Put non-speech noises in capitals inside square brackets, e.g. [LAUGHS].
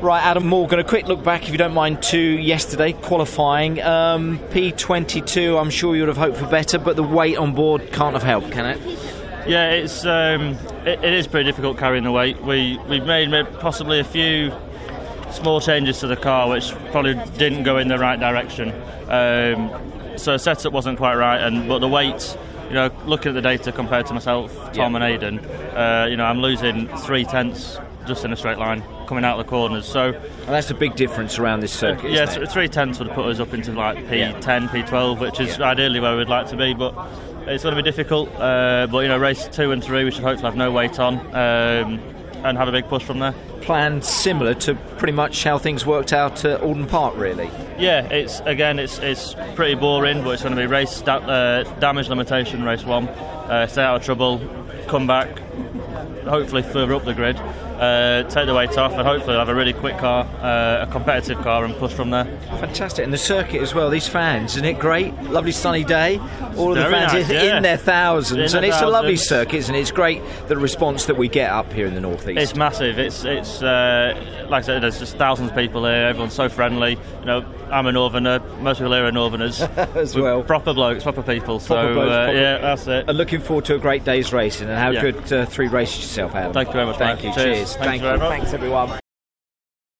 Right, Adam Morgan, a quick look back, if you don't mind, to yesterday qualifying. Um, P22, I'm sure you would have hoped for better, but the weight on board can't have helped, can it? Yeah, it's um, it, it is pretty difficult carrying the weight. We we've made ma- possibly a few small changes to the car, which probably didn't go in the right direction. Um, so setup wasn't quite right, and but the weight. You know, looking at the data compared to myself, Tom Yeah. and Aidan, uh, you know, I'm losing three tenths just in a straight line coming out of the corners. So And that's a big difference around this circuit. yeah, isn't it? th- three tenths would put us up into like Yeah. P10, P12, which is ideally where we'd like to be, but it's going to be difficult. Uh, but you know, race two and three, we should hopefully have no weight on um, and have a big push from there. plan similar to pretty much how things worked out at Alden Park, really. Yeah, it's again, it's it's pretty boring, but it's going to be race da- uh, damage limitation race one. Uh, stay out of trouble, come back, hopefully further up the grid, uh, take the weight off, and hopefully have a really quick car, uh, a competitive car, and push from there. Fantastic. And the circuit as well, these fans, isn't it great? Lovely sunny day. All of the Very fans nice, in, yeah. in their thousands. In and their it's a lovely thousands. circuit, isn't it? It's great the response that we get up here in the It's northeast. massive. It's it's uh, like I said, there's just thousands of people here. Everyone's so friendly. You know, I'm a northerner. Most people here [LAUGHS] are northerners. as well. proper blokes, proper people. So Proper blokes, uh, proper- yeah, that's it. And looking forward to a great day's racing and have Yeah. good uh, three races yourself, Adam. Thank you very much, Thank mate. you. Cheers. Cheers. Thanks Thank you. very much. Thanks, everyone.